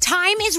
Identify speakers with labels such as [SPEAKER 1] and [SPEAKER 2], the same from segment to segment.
[SPEAKER 1] Time is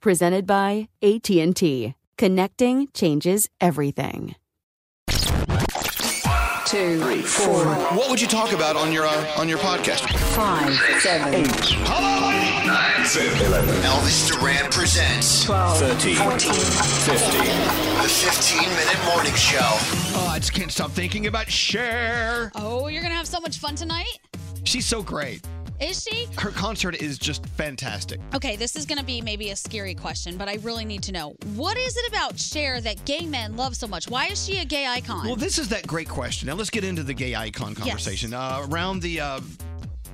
[SPEAKER 2] presented by AT&T. Connecting changes everything.
[SPEAKER 3] Two, three, four.
[SPEAKER 4] What would you talk about on your uh, on your podcast?
[SPEAKER 3] Five, seven, eight.
[SPEAKER 4] Hello, eight, nine, seven, eleven. Elvis Duran presents
[SPEAKER 3] 12,
[SPEAKER 4] 13,
[SPEAKER 3] 14,
[SPEAKER 4] 15. The 15 minute morning show.
[SPEAKER 5] Oh, I just can't stop thinking about Cher.
[SPEAKER 6] Oh, you're gonna have so much fun tonight.
[SPEAKER 5] She's so great.
[SPEAKER 6] Is she?
[SPEAKER 5] Her concert is just fantastic.
[SPEAKER 6] Okay, this is going to be maybe a scary question, but I really need to know. What is it about Cher that gay men love so much? Why is she a gay icon?
[SPEAKER 5] Well, this is that great question. Now let's get into the gay icon conversation. Uh, around the. Uh,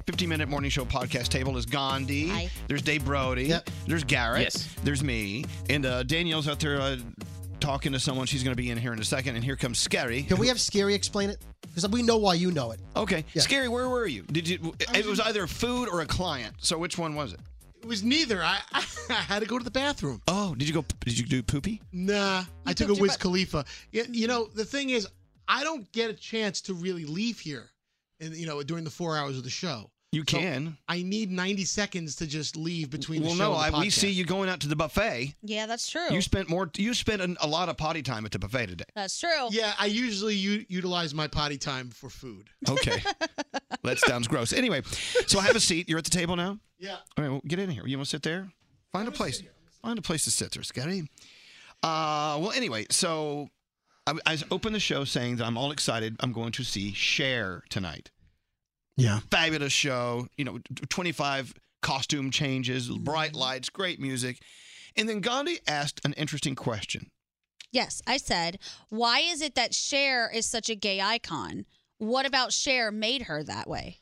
[SPEAKER 5] 50 minute morning show podcast table is Gandhi.
[SPEAKER 6] Hi.
[SPEAKER 5] There's Dave Brody. There's Garrett.
[SPEAKER 7] Yes.
[SPEAKER 5] There's me. And uh, Danielle's out there uh, talking to someone. She's going to be in here in a second. And here comes Scary.
[SPEAKER 8] Can we have Scary explain it? Because we know why you know it.
[SPEAKER 5] Okay. Scary, where were you? Did you? It was either food or a client. So which one was it?
[SPEAKER 8] It was neither. I, I had to go to the bathroom.
[SPEAKER 5] Oh, did you go? Did you do poopy?
[SPEAKER 8] Nah, I took a
[SPEAKER 5] took your
[SPEAKER 8] Wiz
[SPEAKER 5] butt-
[SPEAKER 8] Khalifa. Y- You know, the thing is, I don't get a chance to really leave here, and you know, during the four hours of the show.
[SPEAKER 5] You
[SPEAKER 8] So
[SPEAKER 5] can.
[SPEAKER 8] I need ninety seconds to just leave between.
[SPEAKER 5] well,
[SPEAKER 8] the show
[SPEAKER 5] no.
[SPEAKER 8] and the
[SPEAKER 5] I, we
[SPEAKER 8] podcast.
[SPEAKER 5] see you going out to the buffet.
[SPEAKER 6] Yeah, that's true.
[SPEAKER 5] You spent more. You spent an, a lot of potty time at the buffet today.
[SPEAKER 6] That's true.
[SPEAKER 8] Yeah, I usually u- utilize my potty time for food.
[SPEAKER 5] Okay. that sounds gross. Anyway, so I have a seat. You're at the table now.
[SPEAKER 8] Yeah.
[SPEAKER 5] All right. Well, get in here. You want to sit there? Find a place. Find a place to sit there, Scary. Uh, well, anyway, so I, I opened the show saying that I'm all excited. I'm going to see Cher tonight.
[SPEAKER 8] Yeah.
[SPEAKER 5] fabulous show. You know, 25 costume changes, bright lights, great music. And then Gandhi asked an interesting question.
[SPEAKER 6] Yes, I said, why is it that Cher is such a gay icon? What about Cher made her that way?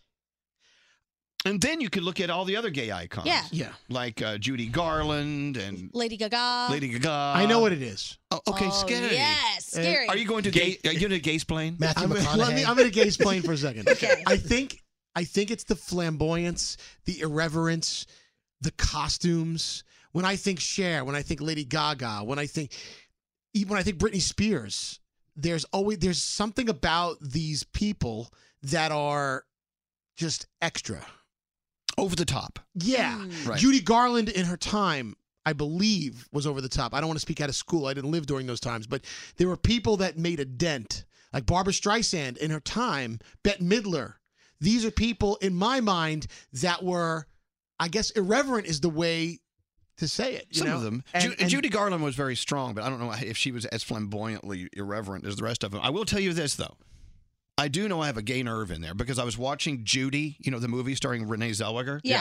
[SPEAKER 5] And then you could look at all the other gay icons.
[SPEAKER 6] Yeah.
[SPEAKER 8] Yeah.
[SPEAKER 5] Like uh, Judy Garland and
[SPEAKER 6] Lady Gaga.
[SPEAKER 5] Lady Gaga.
[SPEAKER 8] I know what it is.
[SPEAKER 5] Oh, okay,
[SPEAKER 6] Oh,
[SPEAKER 5] scary.
[SPEAKER 6] Uh, yes, Uh, scary.
[SPEAKER 5] Are you going to gay? Are you going to gay plane?
[SPEAKER 8] I'm, let me, I'm gonna gaze plain for a second. I think I think it's the flamboyance, the irreverence, the costumes. When I think Cher, when I think Lady Gaga, when I think even when I think Britney Spears, there's always there's something about these people that are just extra.
[SPEAKER 5] Over the top.
[SPEAKER 8] Yeah.
[SPEAKER 5] Mm. Right.
[SPEAKER 8] Judy Garland in her time, I believe, was over the top. I don't want to speak out of school. I didn't live during those times, but there were people that made a dent. Like Barbara Streisand in her time, Bette Midler. These are people in my mind that were, I guess, irreverent is the way to say it. you
[SPEAKER 5] Some
[SPEAKER 8] know?
[SPEAKER 5] of them.
[SPEAKER 8] And-
[SPEAKER 5] Ju-
[SPEAKER 8] and-
[SPEAKER 5] Judy Garland was very strong, but I don't know if she was as flamboyantly irreverent as the rest of them. I will tell you this though. I do know I have a gay nerve in there because I was watching Judy, you know, the movie starring Renee Zellweger.
[SPEAKER 6] Yeah.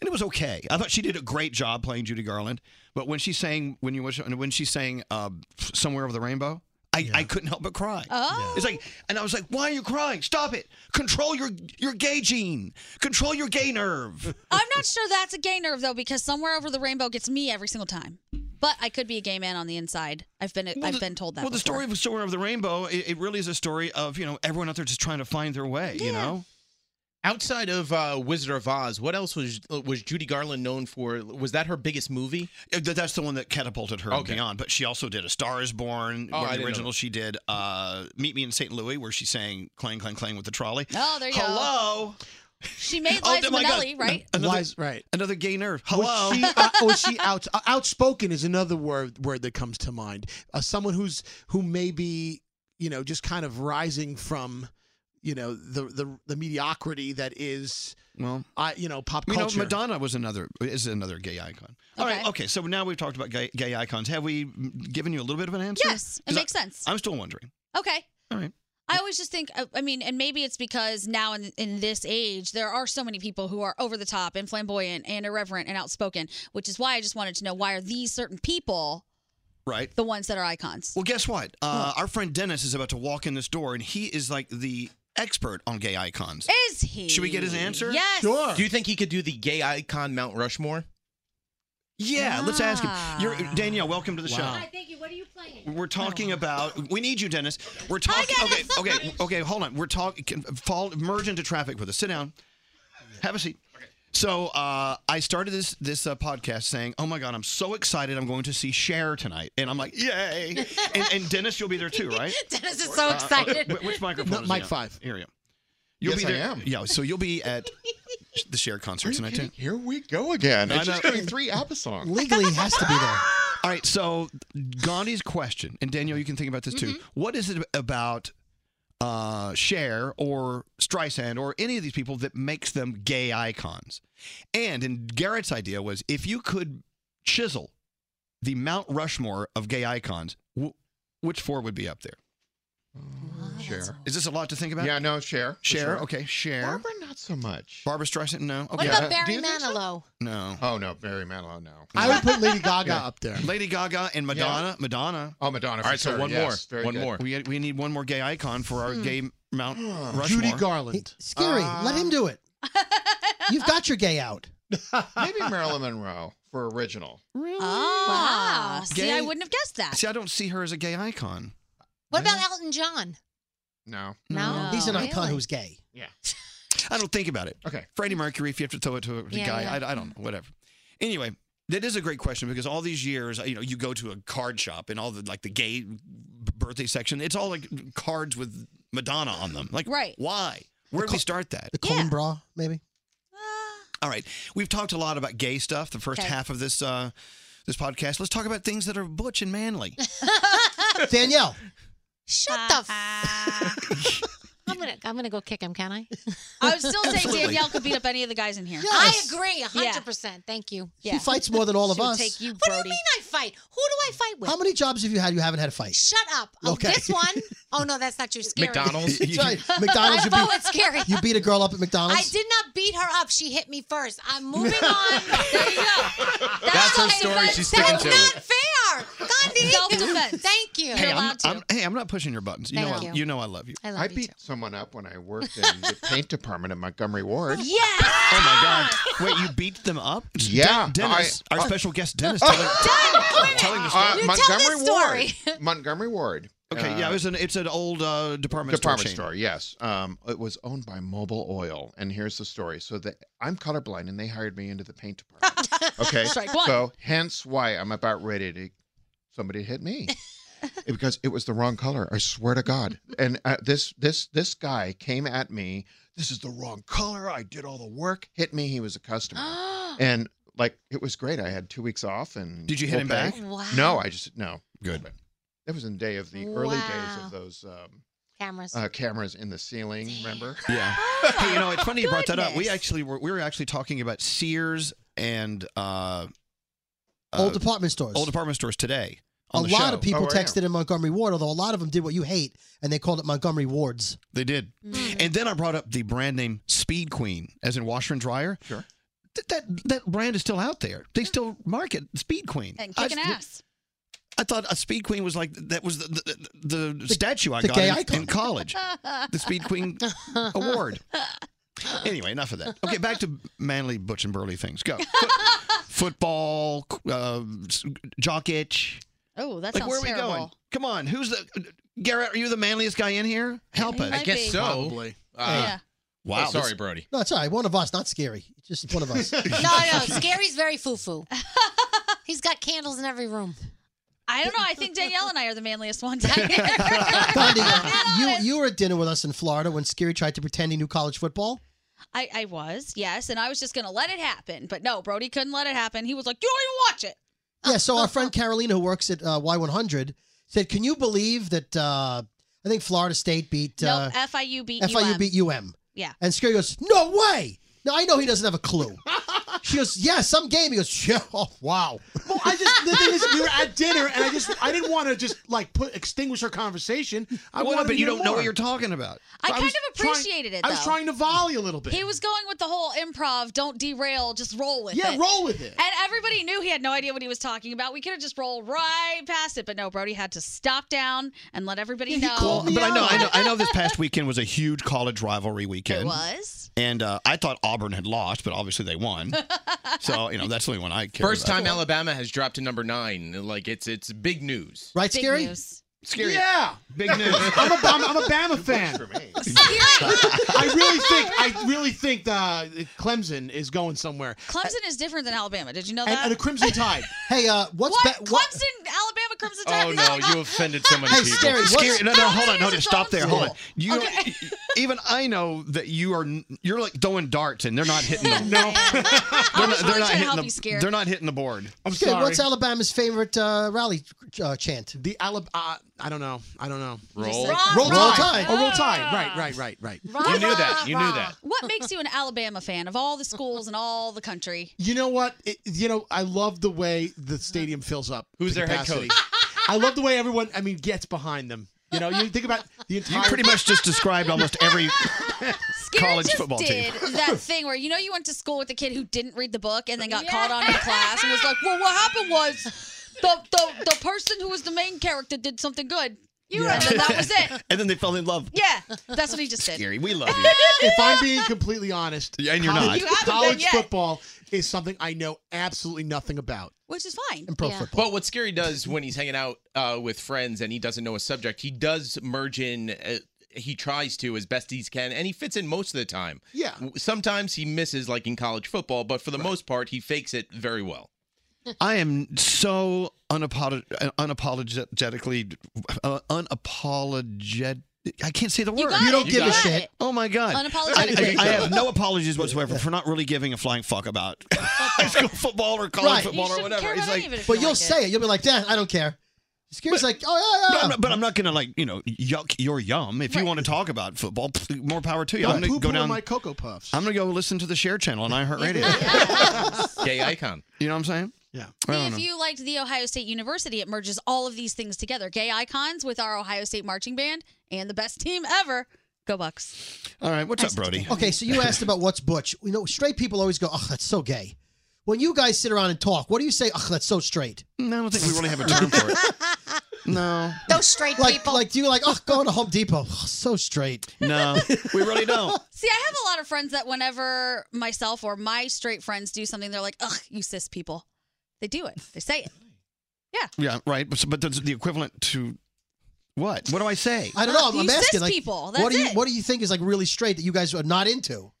[SPEAKER 5] And it was okay. I thought she did a great job playing Judy Garland, but when she sang when you wish when she sang uh, "Somewhere Over the Rainbow," I, I couldn't help but cry.
[SPEAKER 6] Oh.
[SPEAKER 5] It's like, and I was like, "Why are you crying? Stop it! Control your your gay gene. Control your gay nerve."
[SPEAKER 6] I'm not sure that's a gay nerve though, because somewhere over the rainbow gets me every single time. But I could be a gay man on the inside. I've been
[SPEAKER 5] Well,
[SPEAKER 6] I've
[SPEAKER 5] the-
[SPEAKER 6] been told that.
[SPEAKER 5] Well, the
[SPEAKER 6] before.
[SPEAKER 5] story of Somewhere Over the Rainbow, it, it really is a story of you know everyone out there just trying to find their way. You know,
[SPEAKER 7] Outside of uh, Wizard of Oz, what else was was Judy Garland known for? Was that her biggest movie?
[SPEAKER 5] That's the one that catapulted her
[SPEAKER 7] Okay.
[SPEAKER 5] beyond. But she also did A Star Is Born,
[SPEAKER 7] Oh,
[SPEAKER 5] one
[SPEAKER 7] I didn't
[SPEAKER 5] of the
[SPEAKER 7] know
[SPEAKER 5] original. She did uh, Meet Me in St. Louis, where she sang "Clang Clang Clang" with the trolley.
[SPEAKER 6] Oh, there you go.
[SPEAKER 5] Hello.
[SPEAKER 6] She made
[SPEAKER 5] Oh,
[SPEAKER 6] Liza
[SPEAKER 5] my God.
[SPEAKER 6] Minnelli, right?
[SPEAKER 5] Another,
[SPEAKER 8] Lies- right.
[SPEAKER 5] Another gay nerve. Hello.
[SPEAKER 8] Was she, uh, was she out, uh, outspoken is another word word that comes to mind. Uh, someone who's who may be you know just kind of rising from you know the the, the mediocrity that is
[SPEAKER 5] well
[SPEAKER 8] I you know pop
[SPEAKER 5] You know,
[SPEAKER 8] culture.
[SPEAKER 5] Madonna was another is another gay icon. All right, okay. So now we've talked about gay, gay icons. Have we given you a little bit of an answer?
[SPEAKER 6] Yes, it
[SPEAKER 5] 'Cause I-
[SPEAKER 6] makes sense.
[SPEAKER 5] I'm still wondering.
[SPEAKER 6] Okay.
[SPEAKER 5] All right.
[SPEAKER 6] I always just think, uh, I- I mean, and maybe it's because now in, in this age, there are so many people who are over the top and flamboyant and irreverent and outspoken, which is why I just wanted to know why are these certain people
[SPEAKER 5] Right.
[SPEAKER 6] the ones that are icons?
[SPEAKER 5] Well, guess what? Uh, Our friend Dennis is about to walk in this door, and he is like the expert on gay icons.
[SPEAKER 6] Is he?
[SPEAKER 5] Should we get his answer?
[SPEAKER 6] Yes.
[SPEAKER 7] Do you think he could do the gay icon Mount Rushmore?
[SPEAKER 5] Yeah, let's ask him.
[SPEAKER 1] Ah.
[SPEAKER 5] You're, Danielle, welcome to the
[SPEAKER 7] Wow.
[SPEAKER 5] show. Thank you. What are you playing? We're talking about. We need you, Dennis. We're talking. okay, okay, okay. Hold on. We're talking. Fall. Merge into traffic with us. Sit down. Have a seat. So uh, I started this this uh, podcast saying, "Oh my God, I'm so excited! I'm going to see Cher tonight," and I'm like, "Yay!" and, and Dennis, you'll be there too, right?
[SPEAKER 6] Dennis is so
[SPEAKER 5] Uh,
[SPEAKER 6] excited.
[SPEAKER 5] wh- which microphone?
[SPEAKER 8] No,
[SPEAKER 5] is he
[SPEAKER 8] mic
[SPEAKER 5] on?
[SPEAKER 8] five.
[SPEAKER 5] Here we go. You'll
[SPEAKER 9] Yes,
[SPEAKER 5] be there.
[SPEAKER 9] I am.
[SPEAKER 5] Yeah, so you'll be at the Cher concert tonight too.
[SPEAKER 9] Here we go again.
[SPEAKER 5] I
[SPEAKER 9] It's just
[SPEAKER 5] know.
[SPEAKER 9] doing three ABBA songs.
[SPEAKER 8] Legally has to be there.
[SPEAKER 5] All right, so Gandhi's question, and Daniel, you can think about this too.
[SPEAKER 8] Mm-hmm.
[SPEAKER 5] What is it about uh, Cher or Streisand or any of these people that makes them gay icons? And and Garrett's idea was if you could chisel the Mount Rushmore of gay icons, w- which four would be up there?
[SPEAKER 9] Cher.
[SPEAKER 5] Is this a lot to think about?
[SPEAKER 9] Yeah, no, Cher.
[SPEAKER 5] Cher,
[SPEAKER 9] Sure.
[SPEAKER 5] okay, Cher.
[SPEAKER 9] Barbara, not so much.
[SPEAKER 5] Barbara Streisand, no. Okay. Uh,
[SPEAKER 1] What about Barry Manilow?
[SPEAKER 5] No.
[SPEAKER 9] Oh, no, Barry Manilow, no.
[SPEAKER 8] I would put Lady Gaga up there.
[SPEAKER 5] Lady Gaga and Madonna. Madonna.
[SPEAKER 9] Oh, Madonna.
[SPEAKER 5] All
[SPEAKER 9] for
[SPEAKER 5] right, so
[SPEAKER 9] sure,
[SPEAKER 5] one
[SPEAKER 9] yes,
[SPEAKER 5] more.
[SPEAKER 9] very
[SPEAKER 5] One
[SPEAKER 9] good.
[SPEAKER 5] more. We, we need one more gay icon for our
[SPEAKER 9] Hmm.
[SPEAKER 5] gay Mount Rushmore.
[SPEAKER 8] Judy Garland.
[SPEAKER 10] Scary. Let him do it. You've got your gay out.
[SPEAKER 9] Maybe Marilyn Monroe for original.
[SPEAKER 6] Really? Ah,
[SPEAKER 5] Wow.
[SPEAKER 6] See,
[SPEAKER 5] Gay-
[SPEAKER 6] I wouldn't have guessed that.
[SPEAKER 5] See, I don't see her as a gay icon.
[SPEAKER 1] What about Elton John?
[SPEAKER 9] No.
[SPEAKER 1] No.
[SPEAKER 10] He's an icon
[SPEAKER 1] Really?
[SPEAKER 10] who's gay.
[SPEAKER 9] Yeah.
[SPEAKER 5] I don't think about it.
[SPEAKER 9] Okay.
[SPEAKER 5] Freddie Mercury, if you have to throw it to a
[SPEAKER 10] Yeah,
[SPEAKER 5] guy,
[SPEAKER 10] yeah.
[SPEAKER 5] I, I don't know, whatever. Anyway, that is a great question because all these years, you know, you go to a card shop and all the like the gay birthday section, it's all like cards with Madonna on them. Like,
[SPEAKER 10] Right.
[SPEAKER 5] Why? Where did we start that?
[SPEAKER 10] The Colin Bra, maybe.
[SPEAKER 5] All right, we've talked a lot about gay stuff the first
[SPEAKER 10] Okay.
[SPEAKER 5] half of this uh, this podcast. Let's talk about things that are butch and manly.
[SPEAKER 10] Danielle.
[SPEAKER 1] Shut the. F- I'm gonna I'm gonna go kick him. Can I?
[SPEAKER 6] I would still say
[SPEAKER 1] Absolutely.
[SPEAKER 6] Danielle could beat up any of the guys in here.
[SPEAKER 1] I agree, a hundred
[SPEAKER 6] Yeah.
[SPEAKER 1] percent. Thank you.
[SPEAKER 10] She fights more than all of
[SPEAKER 1] She'll
[SPEAKER 10] us.
[SPEAKER 1] Take you, what do you mean I fight? Who do I fight with?
[SPEAKER 10] How many jobs have you had you haven't had a fight?
[SPEAKER 1] Shut up. Oh,
[SPEAKER 10] Okay.
[SPEAKER 1] this one. Oh no, that's not too scary.
[SPEAKER 10] McDonald's? That's right. McDonald's,
[SPEAKER 1] I
[SPEAKER 10] you
[SPEAKER 1] thought
[SPEAKER 10] beat-
[SPEAKER 1] it's scary.
[SPEAKER 10] You beat a girl up at
[SPEAKER 1] I
[SPEAKER 10] McDonald's?
[SPEAKER 1] did not beat her up. She hit me first. I'm moving on. There you go.
[SPEAKER 9] That's her story. She's sticking
[SPEAKER 1] That's
[SPEAKER 9] to
[SPEAKER 1] not
[SPEAKER 9] it.
[SPEAKER 1] fair. God Andy.
[SPEAKER 6] Self-defense.
[SPEAKER 1] Thank you.
[SPEAKER 5] Hey, I'm, I'm- hey, I'm not pushing your buttons. You
[SPEAKER 1] Thank
[SPEAKER 5] know, I,
[SPEAKER 1] you.
[SPEAKER 5] you know, I love you.
[SPEAKER 1] I love
[SPEAKER 9] I
[SPEAKER 1] you
[SPEAKER 9] beat someone up when I worked in the paint department at Montgomery Ward.
[SPEAKER 1] Yeah.
[SPEAKER 5] Oh my God! Wait, you beat them up?
[SPEAKER 9] Yeah,
[SPEAKER 5] Den- Dennis,
[SPEAKER 9] I-
[SPEAKER 5] our
[SPEAKER 9] I-
[SPEAKER 5] special guest, Dennis, telling, telling the story.
[SPEAKER 9] Uh, Montgomery Ward. Montgomery Ward.
[SPEAKER 5] Okay, yeah, it was an it's an old uh, department store
[SPEAKER 9] department
[SPEAKER 5] chain.
[SPEAKER 9] store. Yes, um, it was owned by Mobile Oil, and here's the story. So that I'm colorblind, and they hired me into the paint department. Okay,
[SPEAKER 5] Strike one.
[SPEAKER 9] so hence why I'm about ready to somebody hit me It- because it was the wrong color. I swear to God. And uh, this this this guy came at me. This is the wrong color. I did all the work. Hit me. He was a customer, and like it was great. I had two weeks off, and
[SPEAKER 5] Did you hit
[SPEAKER 9] full
[SPEAKER 5] him back?
[SPEAKER 9] pay.
[SPEAKER 1] Wow.
[SPEAKER 9] No, I just no.
[SPEAKER 5] Good.
[SPEAKER 9] That was in the day of the early days
[SPEAKER 1] Wow.
[SPEAKER 9] of those. Um,
[SPEAKER 1] Cameras.
[SPEAKER 9] uh, cameras in the ceiling. Remember?
[SPEAKER 5] Yeah.
[SPEAKER 6] Oh,
[SPEAKER 5] hey, you know, it's funny you brought that up. We actually were we were actually talking about Sears and uh,
[SPEAKER 10] Old department stores.
[SPEAKER 5] Old department stores today.
[SPEAKER 10] A
[SPEAKER 5] on the
[SPEAKER 10] lot
[SPEAKER 5] show.
[SPEAKER 10] of people
[SPEAKER 9] Oh,
[SPEAKER 10] texted in Montgomery Ward, although a lot of them did what you hate, and they called it Montgomery Wards.
[SPEAKER 5] They did.
[SPEAKER 6] Mm.
[SPEAKER 5] And then I brought up the brand name Speed Queen, as in washer and dryer. Sure. That that, that brand is still out there. They still market Speed Queen.
[SPEAKER 6] Mm. And
[SPEAKER 5] I-
[SPEAKER 6] kicking ass.
[SPEAKER 5] I thought a Speed Queen was like that was the the, the, statue I
[SPEAKER 10] the
[SPEAKER 5] got
[SPEAKER 10] gay
[SPEAKER 5] in,
[SPEAKER 10] icon.
[SPEAKER 5] in college. the Speed Queen award. Anyway, enough of that. Okay, back to manly butch and burly things. Go. Foot- football, uh, s- jock itch.
[SPEAKER 6] Oh, that
[SPEAKER 5] like
[SPEAKER 6] sounds
[SPEAKER 5] where are we
[SPEAKER 6] terrible.
[SPEAKER 5] going? Come on, who's the Garrett? Are you the manliest guy in here? Help
[SPEAKER 6] He
[SPEAKER 5] us.
[SPEAKER 6] might I guess be. so. Probably.
[SPEAKER 8] Uh,
[SPEAKER 10] Yeah.
[SPEAKER 5] Wow.
[SPEAKER 10] Oh, sorry,
[SPEAKER 5] Brody.
[SPEAKER 10] No, it's all right. One of us, not scary. Just one of us.
[SPEAKER 1] No, no. Scary's very foo foo. He's got candles in every room.
[SPEAKER 6] I don't know. I think Danielle and I are the manliest ones. out here.
[SPEAKER 10] Gandhi, you, you were at dinner with us in Florida when Scary tried to pretend he knew college football.
[SPEAKER 6] I, I was, yes, and I was just gonna let it happen, but no, Brody couldn't let it happen. He was like, "You don't even watch it."
[SPEAKER 10] Yeah, so our friend Carolina, who works at uh, Y100, said, Can you believe that uh, I think Florida State beat uh,
[SPEAKER 6] no, FIU beat
[SPEAKER 10] FIU
[SPEAKER 6] UM.
[SPEAKER 10] beat UM?
[SPEAKER 6] Yeah.
[SPEAKER 10] And Scary goes, No way! No, I know he doesn't have a clue. She goes, Yeah, some game. He goes, yeah, oh, Wow.
[SPEAKER 8] Well, I just the thing is, we were at dinner, and I just I didn't want to just like put extinguish our conversation. I
[SPEAKER 5] Well,
[SPEAKER 8] wanted
[SPEAKER 5] but
[SPEAKER 8] to
[SPEAKER 5] you
[SPEAKER 8] hear
[SPEAKER 5] don't know
[SPEAKER 8] more.
[SPEAKER 5] what you're talking about.
[SPEAKER 6] I,
[SPEAKER 8] So
[SPEAKER 6] kind
[SPEAKER 8] was
[SPEAKER 6] of
[SPEAKER 8] trying-
[SPEAKER 6] appreciated it.
[SPEAKER 8] I was
[SPEAKER 6] though.
[SPEAKER 8] trying to volley a little bit.
[SPEAKER 6] He was going with the whole improv, don't derail, just roll with
[SPEAKER 8] Yeah,
[SPEAKER 6] it.
[SPEAKER 8] roll with it.
[SPEAKER 6] And everybody knew he had no idea what he was talking about. We could have just rolled right past it, but no, Brody had to stop down and let everybody know.
[SPEAKER 5] Well, but I know, I know, I know. This past weekend was a huge college rivalry weekend.
[SPEAKER 6] It was.
[SPEAKER 5] and uh, I thought Auburn had lost, but obviously they won. So you know that's the only one I care.
[SPEAKER 7] First
[SPEAKER 5] about.
[SPEAKER 7] time Alabama has dropped to number nine. Like it's it's big news.
[SPEAKER 10] Right,
[SPEAKER 7] Big
[SPEAKER 10] Scary?
[SPEAKER 7] news. Scary.
[SPEAKER 8] Yeah.
[SPEAKER 7] Big news.
[SPEAKER 8] I'm a, I'm, I'm a Bama fan. I really think I really think the Clemson is going somewhere.
[SPEAKER 6] Clemson is different than Alabama. Did you know
[SPEAKER 8] And,
[SPEAKER 6] that?
[SPEAKER 8] and a Crimson Tide.
[SPEAKER 10] Hey, uh, what's
[SPEAKER 6] what? Clemson, Alabama Crimson
[SPEAKER 5] Oh,
[SPEAKER 6] Tide.
[SPEAKER 7] offended so
[SPEAKER 6] many Hey, people. Scary, what's-
[SPEAKER 5] Scary, no, no, hold on, no,
[SPEAKER 6] Clemson is
[SPEAKER 5] just stop
[SPEAKER 6] its
[SPEAKER 5] there.
[SPEAKER 6] own
[SPEAKER 5] Hold on.
[SPEAKER 6] school.
[SPEAKER 5] You, don't- even I know that you are. You're like throwing darts, and they're not hitting them.
[SPEAKER 6] no,
[SPEAKER 5] they're not, they're not
[SPEAKER 6] trying to help
[SPEAKER 5] hitting
[SPEAKER 6] you,
[SPEAKER 5] the.
[SPEAKER 6] Scary.
[SPEAKER 5] They're not hitting the board.
[SPEAKER 8] I'm
[SPEAKER 10] Okay,
[SPEAKER 8] sorry.
[SPEAKER 10] what's Alabama's favorite uh, rally uh, chant?
[SPEAKER 8] The Alabama. Uh, I don't know. I don't know.
[SPEAKER 10] Roll-
[SPEAKER 8] Roll
[SPEAKER 10] Roll
[SPEAKER 8] Tide.
[SPEAKER 10] Tide.
[SPEAKER 8] Oh, Roll Tide. Right, right, right, right.
[SPEAKER 6] You
[SPEAKER 7] knew that. You knew that.
[SPEAKER 6] What makes you an Alabama fan of all the schools and all the country?
[SPEAKER 8] You know what? It, you know, I love the way the stadium fills up.
[SPEAKER 7] Who's
[SPEAKER 8] the
[SPEAKER 7] their head
[SPEAKER 8] capacity.
[SPEAKER 7] coach?
[SPEAKER 8] I love the way everyone, I mean, gets behind them. You know, you think about the entire.
[SPEAKER 5] You pretty much just described almost every
[SPEAKER 6] Scary
[SPEAKER 5] college
[SPEAKER 6] just
[SPEAKER 5] football team.
[SPEAKER 6] did that thing where you know you went to school with the kid who didn't read the book and then got called on in class and was like, "Well, what happened was the the, the person who was the main character did something good." You
[SPEAKER 5] Yeah.
[SPEAKER 6] and then that was it.
[SPEAKER 5] And then they fell in love.
[SPEAKER 6] Yeah, that's what he just did.
[SPEAKER 5] Scary, we love you.
[SPEAKER 8] if I'm being completely honest,
[SPEAKER 5] Yeah, and you're
[SPEAKER 8] college,
[SPEAKER 5] not. You haven't
[SPEAKER 6] been
[SPEAKER 8] college
[SPEAKER 6] yet.
[SPEAKER 8] football is something I know absolutely nothing about.
[SPEAKER 6] Which is fine.
[SPEAKER 7] But what Scary does when he's hanging out uh, with friends and he doesn't know a subject, he does merge in. Uh, he tries to as best he can, and he fits in most of the time.
[SPEAKER 8] Yeah.
[SPEAKER 7] W- Sometimes he misses, like in college football, but for the most part, he fakes it very well.
[SPEAKER 5] I am so unapolog- unapologetically uh, unapologetic. I can't say the word.
[SPEAKER 6] got You don't it. give You a got shit. it.
[SPEAKER 5] Oh my god!
[SPEAKER 6] Unapologetic.
[SPEAKER 5] I, I, I have no apologies whatsoever for not really giving a flying fuck about high school football or college
[SPEAKER 10] Right.
[SPEAKER 5] football or whatever. It's like,
[SPEAKER 10] but you'll say it. You'll be like, "Dad, I don't care." Scary's like, "Oh yeah,
[SPEAKER 5] No,
[SPEAKER 10] yeah."
[SPEAKER 5] I'm not- but I'm not gonna like you know yuck your yum. If you want to talk about football, pff, more power to you. I'm
[SPEAKER 8] Don't
[SPEAKER 5] gonna
[SPEAKER 8] poo-poo
[SPEAKER 5] go
[SPEAKER 8] on
[SPEAKER 5] down.
[SPEAKER 8] my Cocoa Puffs.
[SPEAKER 5] I'm gonna go listen to the Share channel on iHeartRadio.
[SPEAKER 7] Gay icon.
[SPEAKER 5] You know what I'm saying?
[SPEAKER 8] Yeah.
[SPEAKER 5] I don't
[SPEAKER 6] If
[SPEAKER 5] know.
[SPEAKER 6] you liked the Ohio State University, it merges all of these things together: gay icons with our Ohio State marching band and the best team ever. Go Bucks!
[SPEAKER 5] All right, what's up, Brody?
[SPEAKER 10] Okay, so you asked about what's butch. You know, straight people always go, "Oh, that's so gay." when you guys sit around and talk, what do you say? Ugh, that's so straight.
[SPEAKER 5] No, I don't think we really have a term for it. No.
[SPEAKER 10] Those straight like, people. Like, do you like, oh, going to Home Depot? Ugh, so straight.
[SPEAKER 5] No, we really don't.
[SPEAKER 6] See, I have a lot of friends that whenever myself or my straight friends do something, they're like, ugh, you cis people. They do it. They say it.
[SPEAKER 5] Yeah, right. But, but that's the equivalent to what? What do I say?
[SPEAKER 10] I don't know.
[SPEAKER 6] Uh,
[SPEAKER 10] I'm,
[SPEAKER 6] you
[SPEAKER 10] I'm
[SPEAKER 6] cis
[SPEAKER 10] asking. Like,
[SPEAKER 6] people,
[SPEAKER 10] what
[SPEAKER 6] that's
[SPEAKER 10] do you
[SPEAKER 6] it.
[SPEAKER 10] what do you think is like really straight that you guys are not into?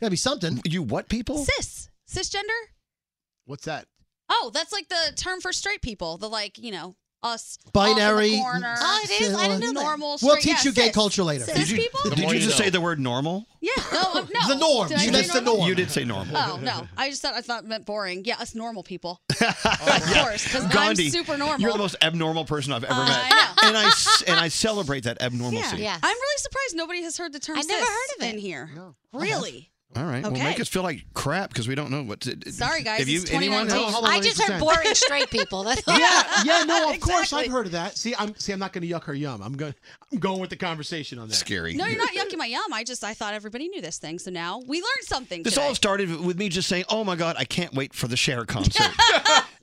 [SPEAKER 10] Gotta be something.
[SPEAKER 5] You what people?
[SPEAKER 6] Cis. Cisgender?
[SPEAKER 8] What's that?
[SPEAKER 6] Oh, that's like the term for straight people. The like, you know, us off in the
[SPEAKER 10] Binary.
[SPEAKER 6] corner.
[SPEAKER 10] Oh, it is? I didn't know that.
[SPEAKER 6] Normal.
[SPEAKER 10] We'll
[SPEAKER 6] straight-
[SPEAKER 10] teach
[SPEAKER 6] yeah,
[SPEAKER 10] you gay
[SPEAKER 6] cis.
[SPEAKER 10] culture later.
[SPEAKER 6] Cis
[SPEAKER 10] Did you-
[SPEAKER 6] people?
[SPEAKER 5] Did you just say the word normal?
[SPEAKER 6] Yeah. No. uh, No.
[SPEAKER 10] The norm.
[SPEAKER 6] Did I
[SPEAKER 10] You-
[SPEAKER 6] say
[SPEAKER 10] that's the
[SPEAKER 6] normal?
[SPEAKER 10] norm.
[SPEAKER 5] You did say normal.
[SPEAKER 6] Oh no! I just thought I thought it meant boring. Yeah, us normal people.
[SPEAKER 5] of
[SPEAKER 6] course, 'cause I'm super normal.
[SPEAKER 5] You're the most abnormal person I've ever
[SPEAKER 6] I
[SPEAKER 5] met, and I s- and I celebrate that abnormalcy.
[SPEAKER 6] I'm really surprised nobody has heard the term.
[SPEAKER 1] I've never
[SPEAKER 6] cis
[SPEAKER 1] heard of it.
[SPEAKER 6] in here. Really?
[SPEAKER 5] All right.
[SPEAKER 6] Okay.
[SPEAKER 5] Well, make us feel like crap because we don't know what. To,
[SPEAKER 6] Sorry, guys,
[SPEAKER 5] If you,
[SPEAKER 6] it's
[SPEAKER 5] anyone
[SPEAKER 6] 2019.
[SPEAKER 5] else?
[SPEAKER 1] I just heard boring straight people. That's all.
[SPEAKER 8] yeah, yeah, no, of course I've heard of that. See, I'm see, I'm not going to yuck her yum. I'm going, I'm going with the conversation on that.
[SPEAKER 5] Scary.
[SPEAKER 6] No, you're not yucking my yum. I just I thought everybody knew this thing, so now we learned something.
[SPEAKER 5] This
[SPEAKER 6] today.
[SPEAKER 5] all started with me just saying, "Oh my God, I can't wait for the Cher concert."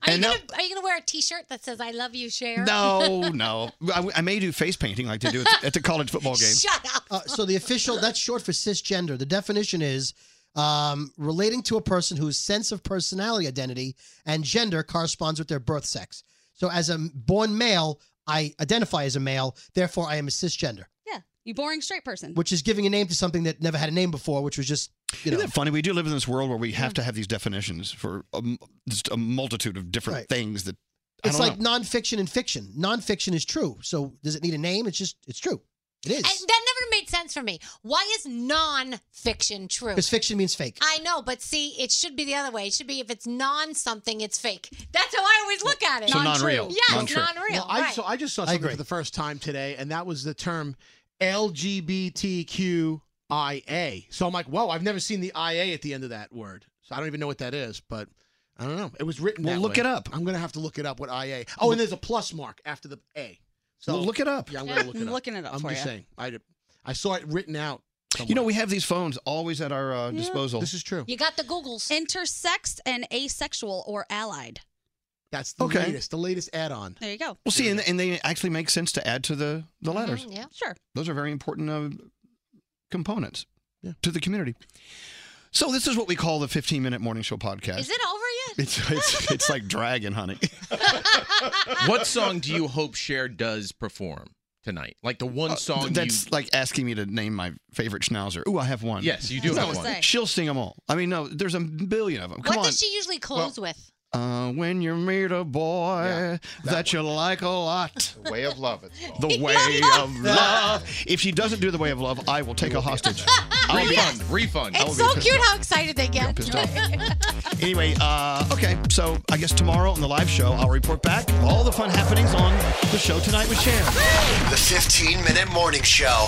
[SPEAKER 1] Are you,
[SPEAKER 5] And now-
[SPEAKER 1] gonna, are you gonna wear a T-shirt that says "I love you, Cher"?
[SPEAKER 5] no, no, I, I may do face painting like they do at the, at the college football game.
[SPEAKER 1] up.
[SPEAKER 10] Uh, so the official that's short for cisgender. The definition is um, relating to a person whose sense of personality identity and gender corresponds with their birth sex. So as a born male, I identify as a male, therefore I am a cisgender,
[SPEAKER 6] Yeah, you boring straight person.
[SPEAKER 10] which is giving a name to something that never had a name before, which was just you know.
[SPEAKER 5] Isn't that funny? We do live in this world where we have to have these definitions for a, m- just a multitude of different
[SPEAKER 10] Right.
[SPEAKER 5] things that I
[SPEAKER 10] It's
[SPEAKER 5] don't
[SPEAKER 10] like
[SPEAKER 5] know.
[SPEAKER 10] nonfiction and fiction. Nonfiction is true. So does it need a name? It's just it's true. It
[SPEAKER 1] And
[SPEAKER 10] is.
[SPEAKER 1] that never made sense for me. Why is non-fiction true?
[SPEAKER 10] Because fiction means fake.
[SPEAKER 1] I know, but see, it should be the other way. It should be if it's non something, it's fake. That's how I always look at it.
[SPEAKER 8] So non-real.
[SPEAKER 1] Yes,
[SPEAKER 8] Non-true.
[SPEAKER 1] non-real.
[SPEAKER 8] Well, I,
[SPEAKER 1] right.
[SPEAKER 8] So I just saw
[SPEAKER 10] I
[SPEAKER 8] something
[SPEAKER 10] agree.
[SPEAKER 8] for the first time today, and that was the term LGBTQIA. So I'm like, whoa, I've never seen the IA at the end of that word. So I don't even know what that is, but I don't know. It was written.
[SPEAKER 5] Well,
[SPEAKER 8] that
[SPEAKER 5] look
[SPEAKER 8] way.
[SPEAKER 5] it up.
[SPEAKER 8] I'm gonna have to look it up. What IA? Oh, and there's a plus mark after the A. So
[SPEAKER 5] Well, look it up.
[SPEAKER 8] Yeah, I'm gonna look it
[SPEAKER 6] I'm
[SPEAKER 8] up.
[SPEAKER 6] looking it up
[SPEAKER 8] I'm
[SPEAKER 6] for
[SPEAKER 8] just
[SPEAKER 6] ya.
[SPEAKER 8] saying. I I saw it written out.
[SPEAKER 5] You know, we have these phones always at our uh,
[SPEAKER 6] Yeah.
[SPEAKER 5] disposal.
[SPEAKER 8] This is true.
[SPEAKER 1] you got the Googles.
[SPEAKER 6] Intersexed and asexual or allied.
[SPEAKER 8] That's the
[SPEAKER 5] Okay.
[SPEAKER 8] latest. The latest add-on.
[SPEAKER 6] There you go.
[SPEAKER 5] Well, see, and, and they actually make sense to add to the
[SPEAKER 6] Mm-hmm,
[SPEAKER 5] the letters.
[SPEAKER 1] Mm-hmm, Yeah.
[SPEAKER 6] Sure.
[SPEAKER 5] Those are very important uh, components to the community. So this is what we call the 15 minute morning show podcast.
[SPEAKER 1] Is it over yet?
[SPEAKER 5] It's it's, it's like dragon hunting.
[SPEAKER 7] what song do you hope Cher does perform tonight? Like the one
[SPEAKER 5] Uh,
[SPEAKER 7] song
[SPEAKER 5] th- that's
[SPEAKER 7] you.
[SPEAKER 5] like asking me to name my favorite schnauzer. Ooh, I have one.
[SPEAKER 7] Yes, you do
[SPEAKER 5] No,
[SPEAKER 7] have one.
[SPEAKER 5] She'll sing them all. I mean, no, there's a billion of them. Come
[SPEAKER 1] what
[SPEAKER 5] on.
[SPEAKER 1] does she usually close with?
[SPEAKER 5] Uh, when you meet a boy that, you like a lot,
[SPEAKER 9] Way of love. It's called.
[SPEAKER 5] the way of love. If she doesn't do the way of love, I will take a hostage. I'll be-
[SPEAKER 7] refund, refund.
[SPEAKER 5] I will
[SPEAKER 1] It's
[SPEAKER 5] be
[SPEAKER 1] so
[SPEAKER 5] pissed
[SPEAKER 1] cute
[SPEAKER 5] off.
[SPEAKER 1] how excited they get.
[SPEAKER 5] pissed off. Anyway, uh, okay, so I guess tomorrow on the live show, I'll report back all the fun happenings on the show tonight with Sharon.
[SPEAKER 4] The 15 Minute Morning Show.